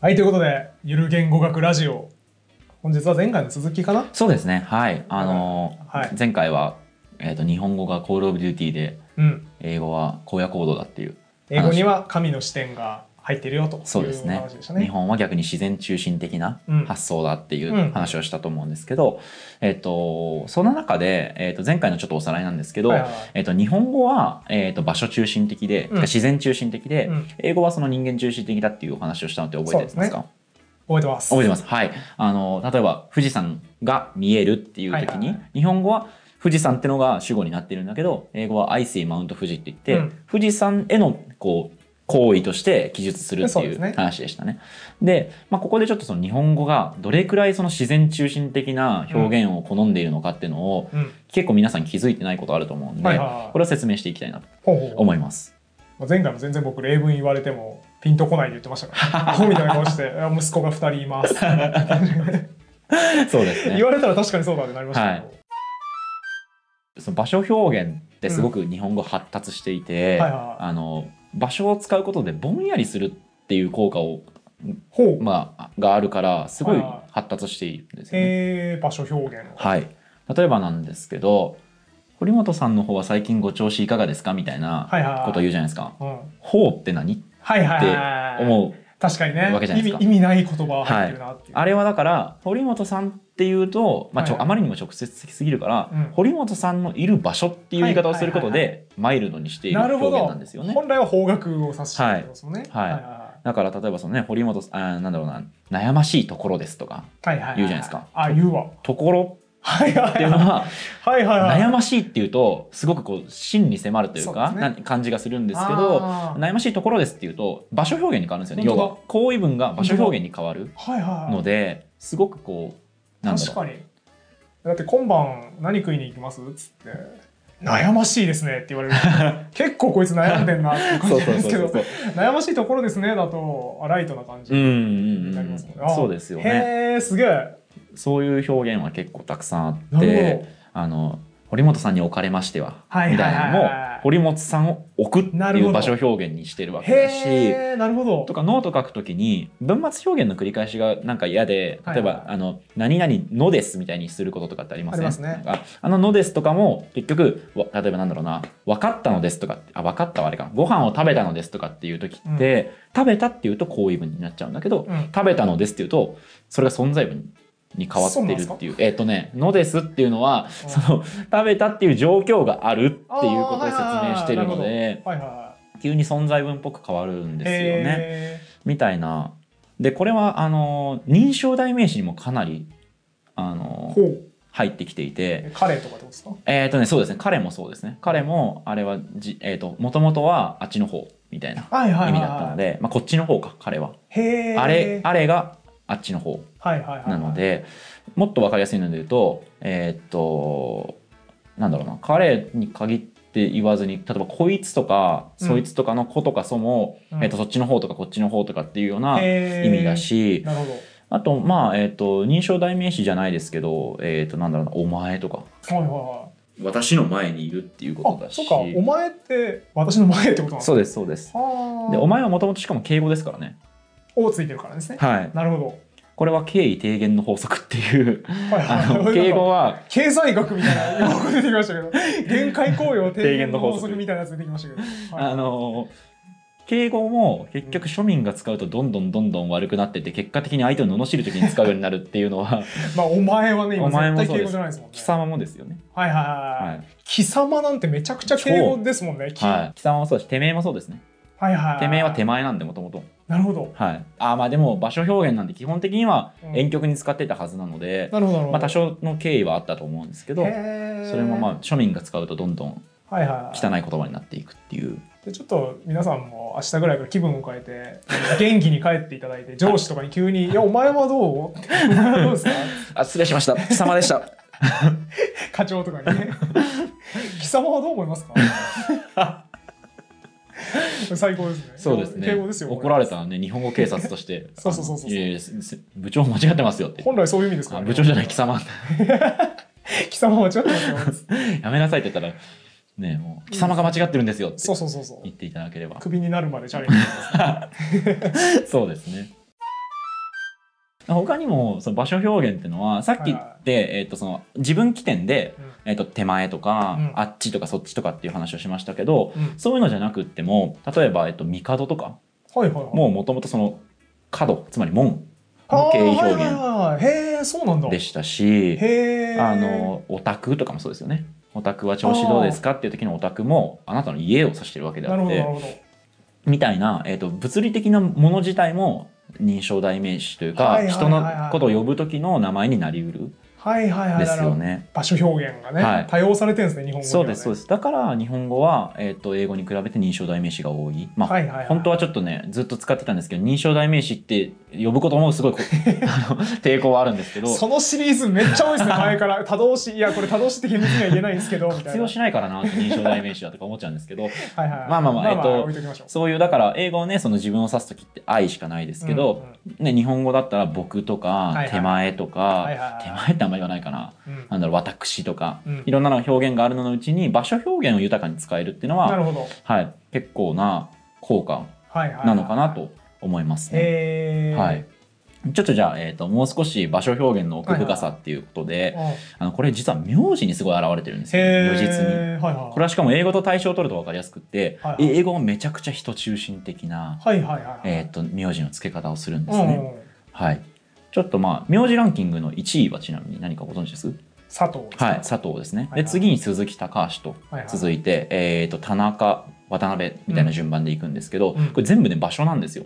はい、ということで、ゆる言語学ラジオ。本日は前回の続きかなそうですねはいあのーはい前回は、えー、と日本語が「コール・オブ・デューティー」でうん。英語は荒野行動だっていう英語には神の視点が入ってるよというそうですね話でしたね。日本は逆に自然中心的なうん発想だっていうんう話をしたと思うんですけど、えっ、とその中で、えー、と前回のちょっとおさらいなんですけど、はいはいはいえっと日本語は、えっと場所中心的で、うん自然中心的で、うん英語はその人間中心的だっていうお話をしたのって覚えてますか覚えてます。覚えてます。はい。あの、例えば、富士山が見えるっていう時はいはいに、はい日本語は富士山ってのが主語になってるんだけど、英語は I see Mount Fuji って言って、うん富士山への、こう、行為として記述するってそうでいすねう話でしたね。で、まあ、ここでちょっとその日本語がどれくらいその自然中心的な表現を好んでいるのかっていうのを、うん。結構皆さん気づいてないことあると思うんで、はいはいはいこれを説明していきたいなとほうほう思います。まあ前回も全然僕例文言われてもピンとこないで言ってましたから、 ね、アホみたいな顔していや息子が2人いますそうですね言。われたら確かにそうだってなりましたけど、その場所表現ってすごく日本語発達していて、うんはいはいはいあの場所を使うことでぼんやりするっていう効果を、ほう、まあ、があるからすごはいいは発達しているんですよね。えー、場所表現はい、例えばなんですけど堀本さんの方は最近ご調子いかがですかみたいなはいはいはいことを言うじゃないですか。うん、ほうって何はいはいはい思う確かにねわけじゃ意ない味ですか意味ない言葉入ってるなっていう、あれはだから堀本さんっていうと、まあちょはいはいあまりにも直接的すぎるから、うん堀本さんのいる場所っていう言い方をすることはいでマイルドにしているな表るほ現どなんですよね。本来は方角を指してるんですもんねはいはいだから例えばそのね堀本さんあーなんだろうな悩ましいところですとかはいはいは言うじゃないですかあ言うわところはいはいっはていいう のははいはいはい悩ましいっていうとすごくこう真に迫るというかそうですなね感じがするんですけどあー悩ましいところですっていうと場所表現に変わるんですよね本要当だは行為文が場所表現に変わるはいはいはのいですごくこうなんだ確ろうかにだって今晩何食いに行きますっつって悩ましいですねって言われる 結構こいつ悩んでんなっていう感じなんですけどそう悩ましいところですねだとあライトな感じ うんにうんうなりんますもんね、あそうですよねへえすげえそういう表現は結構たくさんあっなるてあの堀本さんにおかれましてははいみはたいいはないのもはい堀本さんを置くってなるいほどう場所表現にしてるわけだしへえなるほどとかノート書くときに文末表現の繰り返しがなんか嫌で例はいえば「はいあの何々のです」みたいにすることとかってありませんありますねなんかあの「のです」とかも結局わ例えばなんだろうな「分かったのです」とかってあ分かったはあれかご飯を食べたのですとかっていう時って、食べたっていうと行為文になっちゃうんだけど、うん食べたのですっていうとそれが存在文に変わってるっていうえっ、とね「のです」っていうのは、うんその食べたっていう状況があるっていうことをあ説ーはいはいはい明してるので、はいは急に存在文っぽく変わるんいですよね。へみたいな。で、これは、あの、認証代名詞にもかなり、あえの、ほう入ってきていて、えカレーとかどうですかえっ、とね、そうですね、彼もそうですね。彼も、あれはじ、えっ、と、もともとはあっちの方、みたいなはいはいはい意味だったので、まあ、こっちの方か、彼は。へえあれ、あれがあっちの方はいはいはいはいなので、もっとわかりやすいので言うと、えっ、と、なんだろうな、彼に限って言わずに、例えば、こいつとか、うんそいつとかの子とかそも、うんえっ、と、そっちの方とか、こっちの方とかっていうようなへー意味だし、なるほどあと、まあ、えっ、と、認証代名詞じゃないですけど、えっ、と、なんだろうな、お前とか。はいはいはい私の前にいるっていうこあそうかお前って私の前ってことなんですそかうです、そうです。はあで、お前はもともとしかも敬語ですからね。おついてるからですねはい。なるほこれは敬意低減の法則って いう、ど、はいあはの、い敬語は、経済学みたいな用語出てきました けど限界効用低低減減のの法法則則みたいなやつ出てきましたけど、はいあの、敬語も結局庶民が使うとどんどんどんどん悪くなってって、結果的に相手を罵る時に使うようになるっていう のは、まあお前はね今お前絶も対敬そうです語じゃないですもんね貴様もですよね。はいはいはい、は、はいい。貴様なんてめちゃくちゃ敬語ですもんねきはいはい。貴様もそうだし、てめえもそうですね。はいはいてめえは手前なんで、もともと。なるほどはい、あーまあでも場所表現なんで基本的にはうん遠曲に使ってたはずなので、なるほどなるほど、まあ、多少の経緯はあったと思うんですけどへーそれもまあ庶民が使うとどんどんはいはい汚い言葉になっていくっていうでちょっと皆さんも明日ぐらいから気分を変えて元気に帰っていただいて上司とかに急に「いやお前はどう?」って「お前はどうですか?」 「あ失礼しました貴様でした課長とかにね「貴様はどう思いますか?」最高ですね」そうですね敬語ですよ怒られたらね日本語警察として そうそうそうそうあのいやいやすす部長間違ってますよ」って本来そういう意味ですからあね、部長じゃない貴様 貴様は間違ってますよやめなさいって言ったら「ねもう貴様が間違ってるんですよ」ってそうそうそうそう言っていただければクビになるまでチャレンジしますそうですね他にもその場所表現っていうのはさっき言って、えー、とその自分起点で、うんえー、と手前とか、うんあっちとかそっちとかっていう話をしましたけど、うんそういうのじゃなくっても例えば、えー、と帝とかはいはいはい。もうもともとその角つまり門あのー敬意表はい現はいはいへえ、そうなんだ。でしたし、へえ。あのオタクとかもそうですよね。オタクは調子どうですかっていう時のオタクもあなたの家を指してるわけであなるっほど、なるほてど。みたいな、えー、と物理的なもの自体も認証代名詞といはういかはいはい人のことを呼ぶ時の名前になりうるはいはいはい。ですなるよほどね。場所表現がね、はい多用されてるんですね、日本語にはね、そうですそうですだから日本語は、えー、と英語に比べて認証代名詞が多い。まあはいはいはい。本当はちょっとねずっと使ってたんですけど認証代名詞って呼ぶこともすごいこ あの抵抗はあるんですけどそのシリーズめっちゃ多いですね、前 から。多動詞、いや、これ多動詞って厳密には言えないんですけど、みたい必な。要はいしないからなって認証代名詞だとか思っちゃうんですけどはいはい。まあまあまあえっと置いときましょう。そういうだから英語をねその自分を指す時って「愛」しかないですけど、ね、日本語だったら「僕」といかはい「手前」とか、いはいはい手前ってあんまり言わないかなうん、うんなんだろう「私」とか、うんいろんなの表現があるののうちに場所表現を豊かに使えるっていうのなは、るほど。はい、結構な効果はいはいはい。なのかな。と思いますね。へえ。はい。ちょっとじゃあ、えー、ともう少し場所表現の奥深さっていうことで、うん。へあのこれ実は名字にすごい表れてるんですよえ。如実に。はいはい。これはしかも英語と対象を取ると分かりやすくって、はいはい英語はめちゃくちゃ人中心的な、はいはいはい。えー、と名字の付け方をするんですね、うん。はいちょっとまあ名字ランキングの1位はちなみに何かご存知です佐藤ですかはい佐藤ですね、はいはいで次に鈴木高橋とはいはい続いて、えー、と田中渡辺みたいな順番でいくんですけど、うんこれ全部ね場所なんですよ、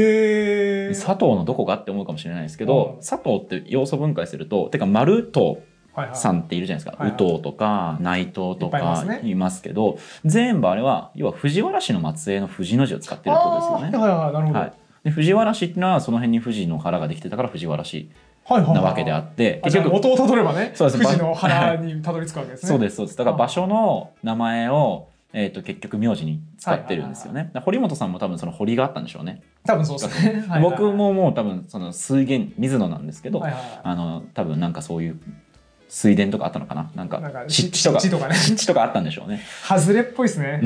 へえ。佐藤のどこかって思うかもしれないですけど、うん佐藤って要素分解するとてか丸とはいはいさんっているじゃないですか、はいはい宇藤とか内藤といっぱいいますかねいますけど全部あれは要は藤原氏の末裔の藤の字を使ってるってことですよね。あーはいはいはい、なるほど。はい、で藤原氏っていうのはその辺に藤の腹ができてたから藤原氏はいはい。なわけであってあじゃあ元をたどればね、そうです富士の原にたどり着くわけですね。そうですそうですだから場所の名前を、えー、と結局名字に使ってるんですよね、だから堀本さんも多分その堀があったんでしょうね、多分そうですね。はいはい僕、ももう多分その水源水野なんですけど、はいはあの多分なんかそういう水田とかあったのかななんい、なんかか湿湿地地ととか湿地とかかね。湿地とかあったんでしょうね外れっぽいです ね。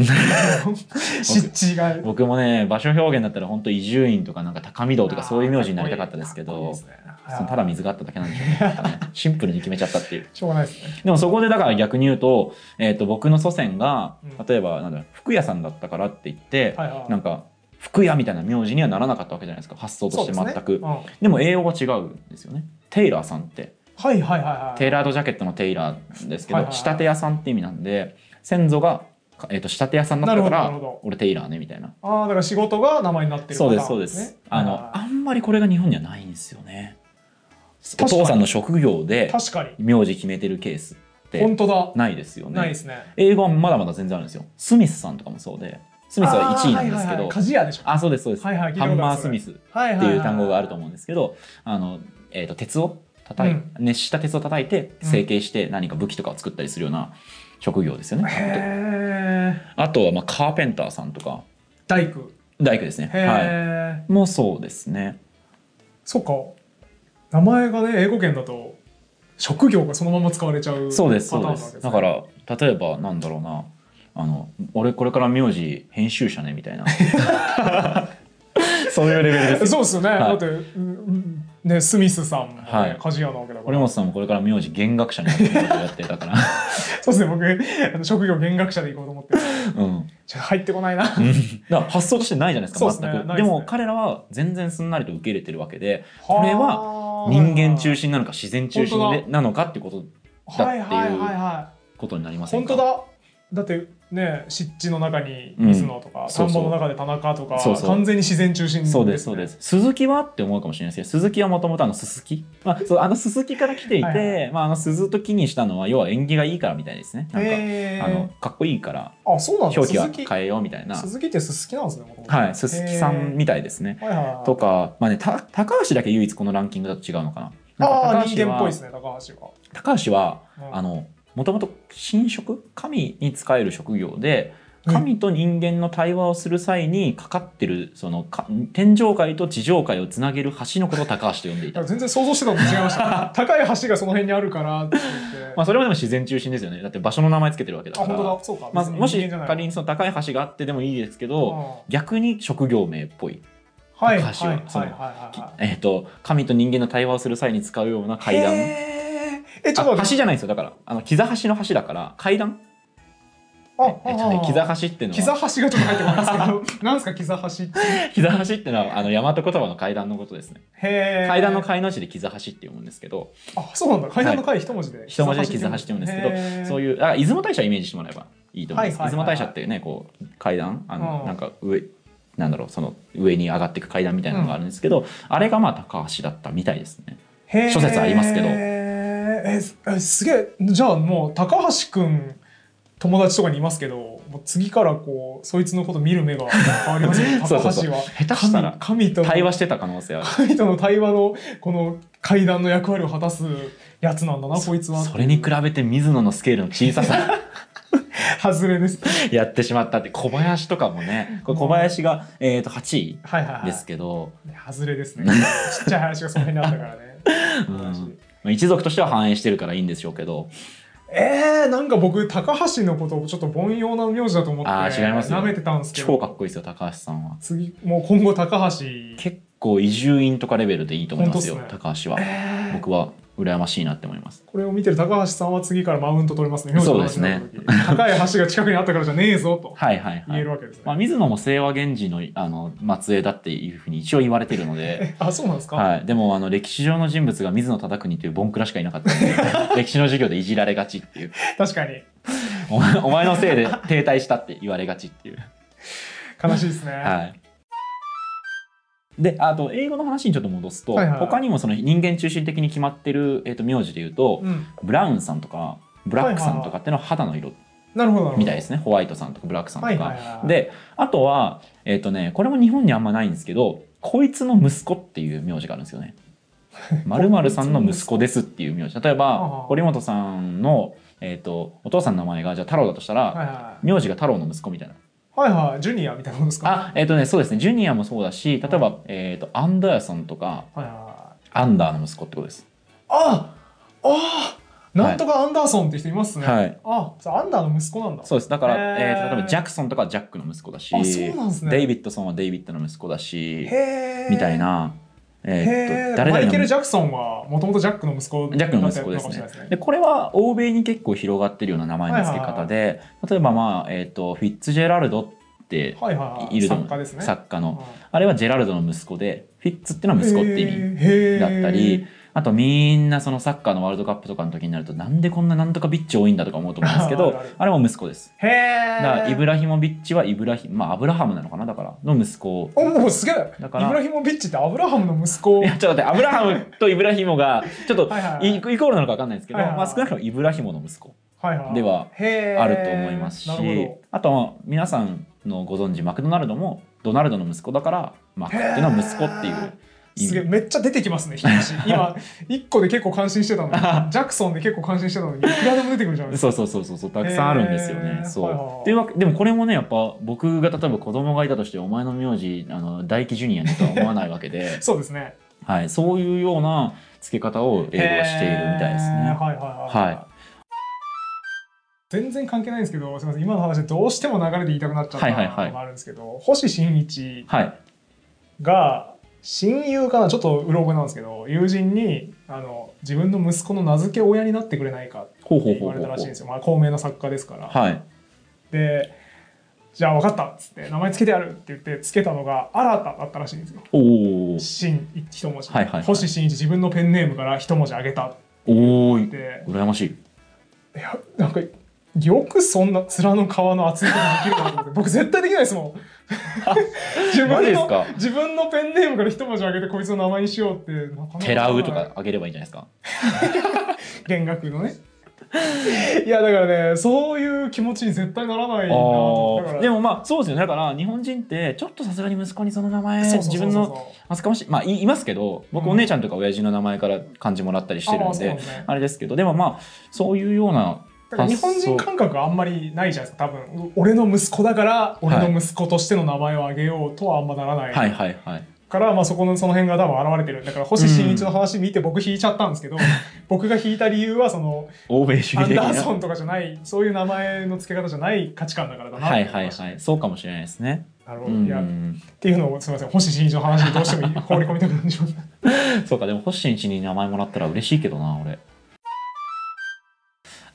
湿地が。僕もね場所表現だったら本当伊集院とかなんか高見堂とかそういう名字になりたかったですけかっこいいどですねそのただ水があっただけなんでしょうねな んかねシンプルに決めちゃったっていうしょうがないですね。でもそこでだから逆に言うと,、えー、と僕の祖先がうん例えばなんだろう服屋さんだったからって言って、はいはい。なんか服屋みたいな名字にはならなかったわけじゃないですか発想として全そうくでで,、すねうんはいも栄養が違うんですよねテイラーさんってはいはいはい。テイラードジャケットのテイラーですけど、はいはい仕立て屋さんって意味なんで先祖が、かえー、と仕立て屋さんだったなかるらほどなるほど俺テイラーねみたいなああ、だから仕事が名前になってるそうでパタすそーうンですね。あはいのはあんまりこれが日本にはないんですよね確おかに父さんの職業いで確かに。名字決めてるケースって本当だ。ないですよないでねすね。英語はまだまだ全然あるんですよスミスさんとかもそうでスミスは1位なんあーはいはですけいはいど鍛冶屋でしょ。あそうですそうですはいはい聞いハたことあるンマースミスっははてはいう単語があると思うんですけどあのえーと鉄を叩いうん熱した鉄を叩いて成形して何か武器とかを作ったりするような職業ですよねへえ。あとはまあカーペンターさんとか大工。大工ですねへはえ。いもうそうですねそっか名前がね英語圏だと職業がそのまま使われちゃうそうですパそターンなわうでけすだから例えばなんだろうなあの俺これから名字編集者ねみ たいなそういうレベルですそうですよね、いだって、うんうんね、スミスさんも、ねはい鍛冶屋なわけだか堀ら本さんもこれから名字弦楽者になってることやってだから そうですね僕あの職業弦楽者で行こうと思ってうんちょ入ってこないな、だから発想としてないじゃないですそうかですね全くないでですねも彼らは全然すんなりと受け入れてるわけでこれは人間中心なのか自然中心本当でなのかっていうことだはいはいはいだっていうはことになりまいせん本当かだだってね湿地の中にうん水野とか、そうそう田んぼの中で田中とかそうそう完全に自然中心です、ね、そうですそうです鈴木はって思うかもしれないですけど鈴木はもともとあのすすき、まあ、そうあのすすきから来ていてはいはまあ、あの鈴と木にしたのは要は縁起がいいからみたいですねなんか、へーあのかっこいいからあそうなんだ表記は鈴木変えようみたいな鈴木ってすすきなんですね元々はいすすきさんみたいですねはいはいはいとか、まあね、た高橋だけ唯一このランキングだと違うのかあななんあかー高人橋間っはぽいですね高橋は。高橋はうんあのもともと神職神に仕える職業でうん神と人間の対話をする際にかかってるそのか天上界と地上界をつなげる橋のことを高橋と呼んでいだかたら。全然想像してたのと違いま した。高い橋がその辺にあるからって言って。まあそれはでも自然中心ですよね。だって場所の名前つけてるわけだあ、から。本当だ。そうか。まあ、もし仮仮にその高い橋があってでもいいですけど、逆に職業名っぽい。はい高橋はいはいはそのはいはいえっ、と神と人間の対話をする際に使うような階段へーえちょっとあ待橋ってじゃないんですよだからあの木座橋の橋だから階段あえっとね木座橋っていうの木座は橋がちょっと入ってこないんですけどなんですか木座橋って 木座橋っていうのはあの大和言葉の階段のことですねへー階段の階の字で木座橋って読むんですけどあそうなんだ階段の階一文字で一文字で木座橋って読むんですけどそういうだから出雲大社をイメージしてもらえばいいと思います、はいはいはいはい出雲大社っていうねこう階段あの、うんなんか上なんだろうその上に上がっていく階段みたいなのがあるんですけど、あれがまあ高橋だったみたいですねいう諸説ありますけどええすげえじゃあもう高橋くん友達とかにいますけどもう次からこうそいつのこと見る目が変わりますよ 高橋そうはそうそう下手したら神神との対話してた可能性はある 神との対話のこの階段の役割を果たすやつなんだなこいつはそれに比べて水野のスケールの小ささ 外れですやってしまったって小林とかもねこれ小林が、えー、と8位はいはいはいですけど、ね外れですねちっちゃい話がその辺にあったからねうんまあ、一族としては反映してるからいいんでしょうけどえー、なんか僕高橋のことをちょっと凡庸な名字だと思ってあー違いますよ舐めてたんですけど超かっこいいですよ高橋さんは次もう今後高橋結構移住院とかレベルでいいと思いますよ、本当っすね高橋はえー僕は羨ましいなって思いますこれを見てる高橋さんは次からマウント取れますねそうですね名字の話になった時高い橋が近くにあったからじゃねえぞとはいはいは言えいるわけですね、まあ、水野も清和源氏のあの末裔だっていうふうに一応言われてるので、あ そうなんですか、はい、でもあの歴史上の人物が水野忠邦というボンクラしかいなかったので 歴史の授業でいじられがちっていう確かにお前お前のせいで停滞したって言われがちっていう。悲しいですね、はいであと英語の話にちょっと戻すと、はいはいはい他にもその人間中心的に決まってる、えー、と名字でいうと、うん、ブラウンさんとかブラックさんとかっていうのは肌の色なるほどなるほどみたいですねホワイトさんとかブラックさんとか、はいはいはいであとはえっ、とねこれも日本にあんまないんですけどこいつの息子っていう名字があるんですよ ね。まるさんの息子ですっていう名字例えははば堀本さんの、えー、とお父さんの名前がじゃあ太郎だとしたら、はいは名字が太郎の息子みたいな。いはいはいジュニアみたいなもんですかあえっ、とねそうですねジュニアもそうだし例えば、えー、とアンダーソンとかはいはいはいアンダーの息子ってことです。ああなんとかアンダーソンって人いますね、はいあそうアンダーの息子なんだそうですだから、へえーーと例えばジャクソンとかはジャックの息子だし、あそうなんですねデイビッドソンはデイビッドの息子だし、へーみたいな、えーへーっと誰マイ々ケル・のジャクソンはもともとジャックの息子ジャックの息子ですだったのかもねしれないでこれは欧米に結構広がってるような名前の付け方で、例えば、まあえーっとフィッツジェラルドってはいはいはいいると思う作家ですね作家うんのあれはジェラルドの息子でフィッツっていうのは息子って意味味だったりあとみんなそのサッカーのワールドカップとかの時になるとなんでこんななんとかビッチ多いんだとか思うと思うんですけあるどあるあれも息子です。へえだからイブラヒモビッチはイブラヒまあアブラハムなのかなだからの息子おもうすげえイブだからラヒモビッチってアブラハムの息子いやちょっと待ってアブラハムとイブラヒモがちょっとはいはいはいイイコールなのか分かんないですけど、はいはいまあ、少なくともイブラヒモの息子はいはいではへーあると思いますし、なるほあとは皆さんのご存知マクドナルドもドナルドの息子だからマックっていうのは息子っていへーうどす意げえ味めっちゃ出てきますね引き出 し今一個で結構感心してたのにジャクソンで結構感心してたのにいくらでも出てくるじゃないですかそうそうそうそうそうたくさんあるんですよねへ。ーそう、はいはいはい、っていうわけでもこれもねやっぱ僕が例えば子供がいたとしてお前の名字あの大輝ジュニアにとは思わないわけで そうですねはい、そういうような付け方を英語はしているみたいですへねー。はいはいはい、はい全然関係ないんですけどすみません今の話でどうしても流れで言いたくなっちゃったはのいはいはいがあるんですけど、星新一はいが親友かなちょっとうろ覚えなんですけど友人にあの自分の息子の名付け親になってくれないかってほうほう言ほうわれほうたほらしいんでう。すよ、まあ、高名な作家ですから。はい。でじゃあ分かったっつって名前つけてやるって言ってつけたのが新ただったらしいんですよ。おおー新一文字、はいはいはい星新一自分のペンネームから一文字上げたっおーい。て羨ましい。いやなんかよくそんな面の皮の厚いことできるかなと思って僕絶対できないですもん自マジ分ですかの自分のペンネームから一文字上げてこいつの名前にしようってなかなか寺うとかあげればいいんじゃないですか。弦楽のねいやだからねそういう気持ちに絶対ならないなあと思ってだかーらでもまあそうですよね。だから日本人ってちょっとさすがに息子にその名前そうそうそう自そう分のあすかもしまあいいますけど僕うんお姉ちゃんとか親父の名前から漢字もらったりしてるあんーそうで、なんですねあれですけどでもまあそういうようなだから日本人感覚はあんまりないじゃないですか多分俺の息子だから俺の息子としての名前をあげようとはあんまならない、はいはいはいから、まあ、そこのその辺が多分現れてるだから星新一の話見て僕引いちゃったんですけど、僕が引いた理由はその欧米主ア義ン的ダーソなンとかじゃないそういう名前の付け方じゃない価値観だからだなはいはいいはいそうかもしれないですねなるほうど、いやっんていうのをすみません星新一の話にどうしても放り込みたくなってしまったそうかでも星新一に名前もらったら嬉しいけどな俺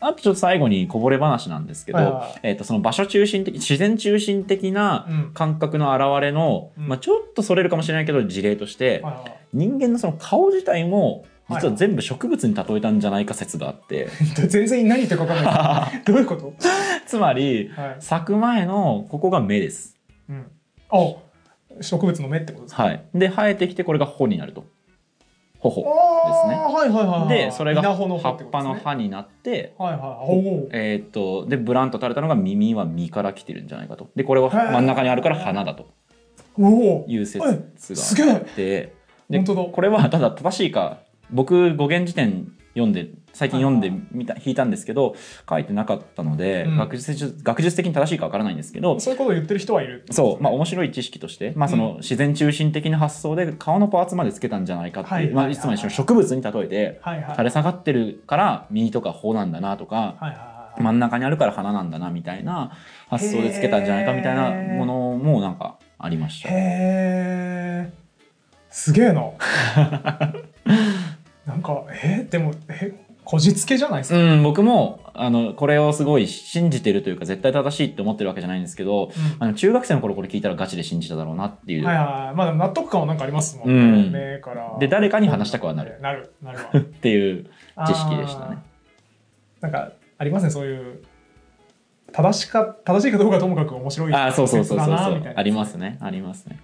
あとちょっと最後にこぼれ話なんですけど、はいはいはいえっとその場所中心的自然中心的なうん感覚の表れの、うんまあ、ちょっとそれるかもしれないけど事例として、はいはい人間のその顔自体もはい実は全部植物に例えたんじゃないか説があって、全然何言ってるか分かん ないどういうこと、つまりはい咲く前のここが芽です。うん、あ植物の芽ってことですかはい、で生えてきてこれが穂になると。あ穂ーはいはいはいは々。いでそれが稲穂の葉穂てっこぱとのですね葉になって。はいはいはいおーえーっとでブランと垂れたのが耳は実から来てるんじゃないかとでこれはへー真ん中にあるから花だとおいう説があえすげえってで本当だこれはただ正しいか僕語源辞典読んで最近読んでみた引いたんですけど書いてなかったので、うん学術学術的に正しいかわからないんですけどそういうことを言ってる人はいるそう、まあ、面白い知識として、まあ、その自然中心的な発想で顔のパーツまでつけたんじゃないかってはいいはういはいまあいつも一緒に植物に例えてはいはい垂れ下がってるから実とか穂なんだなとかはいはいは真ん中にあるから花なんだなみたいな発想でつけたんじゃないかみたいなものもなんかありましいた。へえすげえな なんかえーでもえこじつけじゃないですうか、ん、僕もあのこれをすごい信じてるというか絶対正しいって思ってるわけじゃないんですけどうんあの中学生の頃これ聞いたらガチで信じただろうなっていう、はいはいはいまあでも納得感はなんかありますもんね、うん目からで誰かに話したくはなるなるな るわっていう知識でしたねあーなんかありますねそういう正しか正しいかどうかともかく面白いああーそうそうそうそうそ説だなみうたいなありますねありますね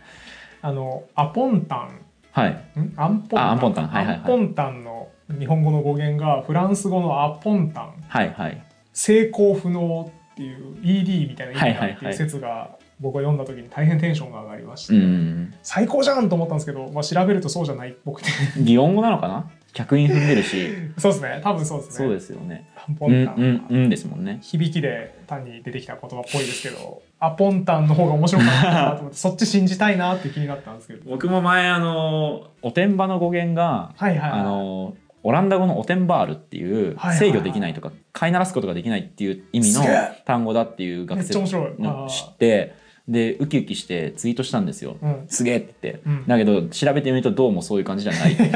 あのアポンタはいンんアンポンタンあアンポンタンはいはいはいアンポンタンの日本語の語源がフランス語のアポンタンはいはい成功不能っていう ED みたいな意味はいだはっいていはうい説が僕が読んだ時に大変テンションが上がりました、うん最高じゃんと思ったんですけど、まあ、調べるとそうじゃないっぽくて 擬音語なのかな客員踏んでるしそうです ね多分そうですねそうですよねアンポうんンタン、うんうんですもんね響きで単に出てきた言葉っぽいですけどアポンタンの方が面白かったなと思って そっち信じたいなって気になったんですけど僕も前あのおてんばの語源がはいはいはいあのオランダ語のオテンバールっていうはいはいはい制御できないとか飼いならすことができないっていう意味のすげえ単語だっていうめ学っちゃ生面白いのあ知ってでウキウキしてツイートしたんですよーうんすげえって言って、うんだけど調べてみるとどうもそういう感じじゃな いっていう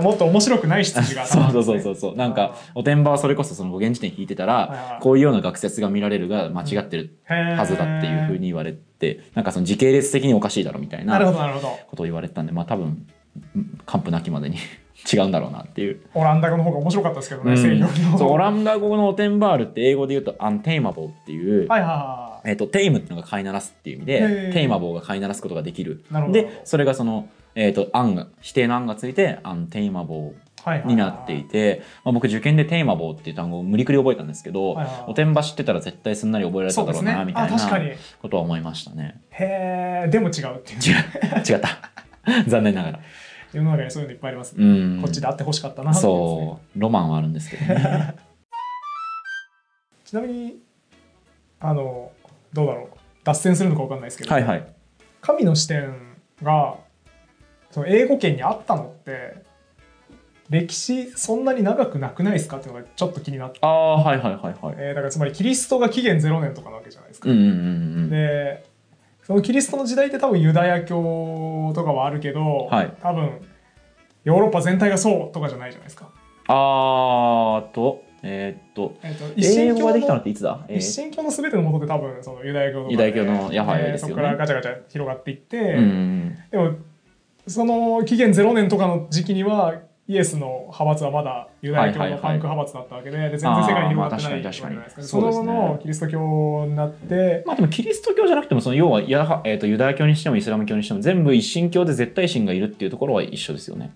もっと面白くない羊が そうそうそううそうそうなんかおてんばはそれこそその語源辞典引いてたら、いはいこういうような学説が見られるが間違ってるははずだっていうふうに言われてなんかその時系列的におかしいだろみたいなるほなどなるほどことを言われてたんでまあ多分完膚なきまでに 違うんだろうなっていう。オランダ語の方が面白かったですけどね、うん制御のそうオンランダ語のオテンバールって英語で言うとアンテイマボーっていう、はいはいはいえっとテイムっていうのが飼いならすっていう意味へでーテイマボーが飼いならすことができるなるほどでそれがその、えっとアンが否定のアンがついてアンテイマボはいはいーになっていて、まあ、僕受験でテイマボーっていう単語を無理くり覚えたんですけど、はいはいおてんば知ってたら絶対すんなり覚えられそたうだですろうねなみたあい確かになへことは思いましたねえでも違うっていう違う 違った残念ながら世の中にそういうのいっぱいあります、うんこっちであってほしかったなっていうやつねそうロマンはあるんですけ どねちなみにあのどうだろう脱線するのかわかんないですけど、はいはい神の視点がその英語圏にあったのって歴史そんなに長くなくないですかっていうのがちょっと気になって、ああはいはいはいはいえーだからつまりキリストが紀元0年とかなわけじゃないですか。うんうんうんうんでそのキリストの時代って多分ユダヤ教とかはあるけど、はい多分ヨーロッパ全体がそうとかじゃないじゃないですか。あーと、えーっと、えーと一英神語が教できたのっのていつだ、えー一神教の全ての元で多分そのユダヤ教とかでユダヤ教のヤハウェでですよねそこからガチャガチャ広がっていって、うんうんでもその紀元0年とかの時期にはイエスの派閥はまだユダヤ教はいのはいパはいンク派閥だったわけで,、で全然世界に広がってないあーまあわけ確じかゃにないですか、確かそにのそ後うですねのキリスト教になってうんまあでもキリスト教じゃなくてもその要はヤハ、えーっとユダヤ教にしてもイスラム教にしても全部一神教で絶対神がいるっていうところは一緒ですよね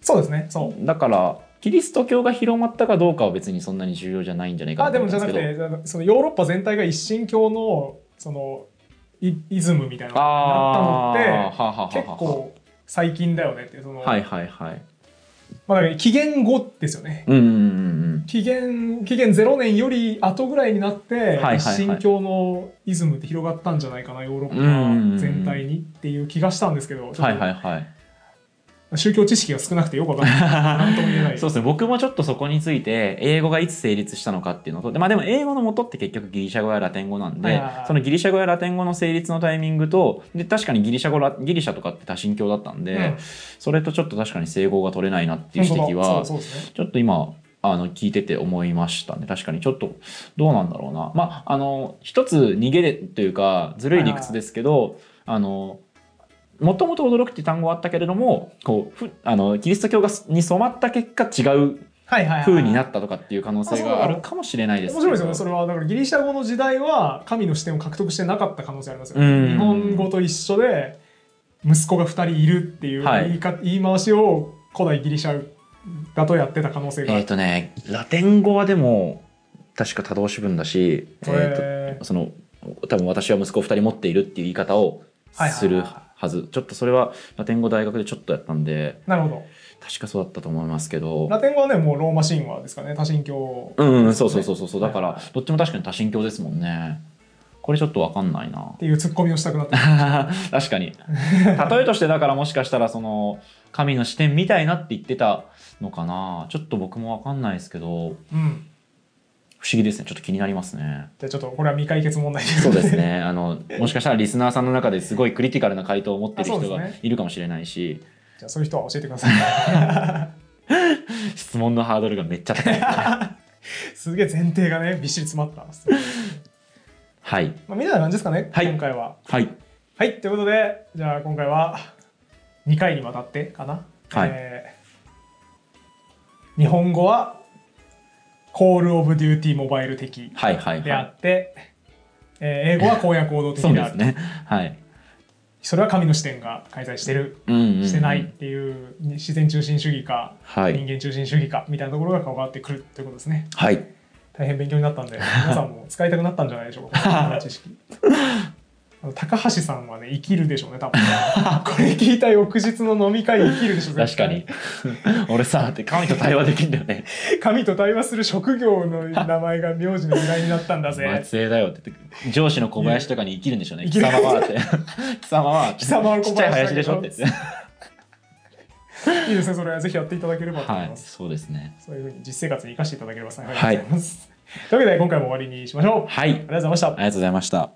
そうですねそうだからキリスト教が広まったかどうかは別にそんなに重要じゃないんじゃないかあなとで思もうんじでゃすなけくどてあのそのヨーロッパ全体が一神教のそのイイズムみたいなのあにーなはっあはあたのはあって結構最近だよねってその、はいはいはいまあ、だから紀元後ですよねうんうんうん紀元紀元0年より後ぐらいになって、いはいはい一神教のイズムって広がったんじゃないかなヨーロッうんうんうパん全体にっていう気がしたんですけど、ちうょんっとはいはいはい宗教知識が少なくてよくわかんない。なんとも言え ない。そうですね僕もちょっとそこについて英語がいつ成立したのかっていうのとで,、まあ、でも英語の元って結局ギリシャ語やラテン語なんで、はいはいはいそのギリシャ語やラテン語の成立のタイミングとで確かにギリシャ語ラギリシャとかって多神教だったんで、うんそれとちょっと確かに整合が取れないなっていう指摘本当はだそうそうですね。ちょっと今あの聞いてて思いましたね確かにちょっとどうなんだろうなまああの一つ逃げれというかずるい理屈ですけどあのもともと驚くって単語はあったけれどもこうふあのキリスト教がに染まった結果違うはいはい、はい。風になったとかっていう可能性があるかもしれないで面すけ白いでどすよね。それはだからギリシャ語の時代は神の視点を獲得してなかった可能性ありますよね。うん日本語と一緒で息子が2人いるっていうはい言い,、か言い回しを古代ギリシャだとやってた可能性があえっ、る。とねラテン語はでも確か多動詞文だし、えーとえその多分私は息子を2人持っているっていう言い方をはいはいはいするはず、ちょっとそれはラテン語大学でちょっとやったんでーなるほど。確かそうだったと思いますけどラテン語はねもうローマ神話ですかね多神教うん、うん、そうそうそうそうそうだからはいどっちも確かに多神教ですもんねこれちょっとわかんないな っていうツッコミをしたく なって確かに例えとしてだからもしかしたらその神の視点みたいなって言ってたのかなちょっと僕もわかんないですけどうん。不思議ですねちょっと気になりますねじゃあちょっとこれは未解決問題そうですね。ね。あの、もしかしたらリスナーさんの中ですごいクリティカルな回答を持ってるあ人そうがですねいるかもしれないし、じゃあそういう人は教えてください。 質問のハードルがめっちゃ 高い。すげえ前提がねびっしり詰まった。はい。まあみたいな感じですかね、はい今回は。はい。はい、ということで、じゃあ今回は2回にわたってかな。はいえー日本語はコール・オブ・デューティー・モバイル的はいはいではあい。って、えー英語は荒野行動的そうでであるすね。はい。それは神の視点が介在してる、うんうんうんしてないっていう自然中心主義か、はい人間中心主義かみたいなところが関わってくるということですね。はい。大変勉強になったん で皆さんも使いたくなったんじゃないでしょうかこの知識あの高橋さんはね生きるでしょうね 多分これ聞いた翌日の飲み会生きるでしょう確 かに。俺さ、って神と対話できるんだよね。神と対話する職業の名前が名字の由来になったんだ ぜ松江だよって言って、上司の小林とかに生きるんでしょうね。生貴きる様 はって。貴様は、貴様はち小林だけどっちゃい林でしょって言って。いいですねそれはぜひやっていただければと思い はい。ます、そうですね。そういうふうに実生活に生かしていただければ幸いでございます、というわけで今回も終わりにしましょう、ありはい。ありがとうございましたがとうございました。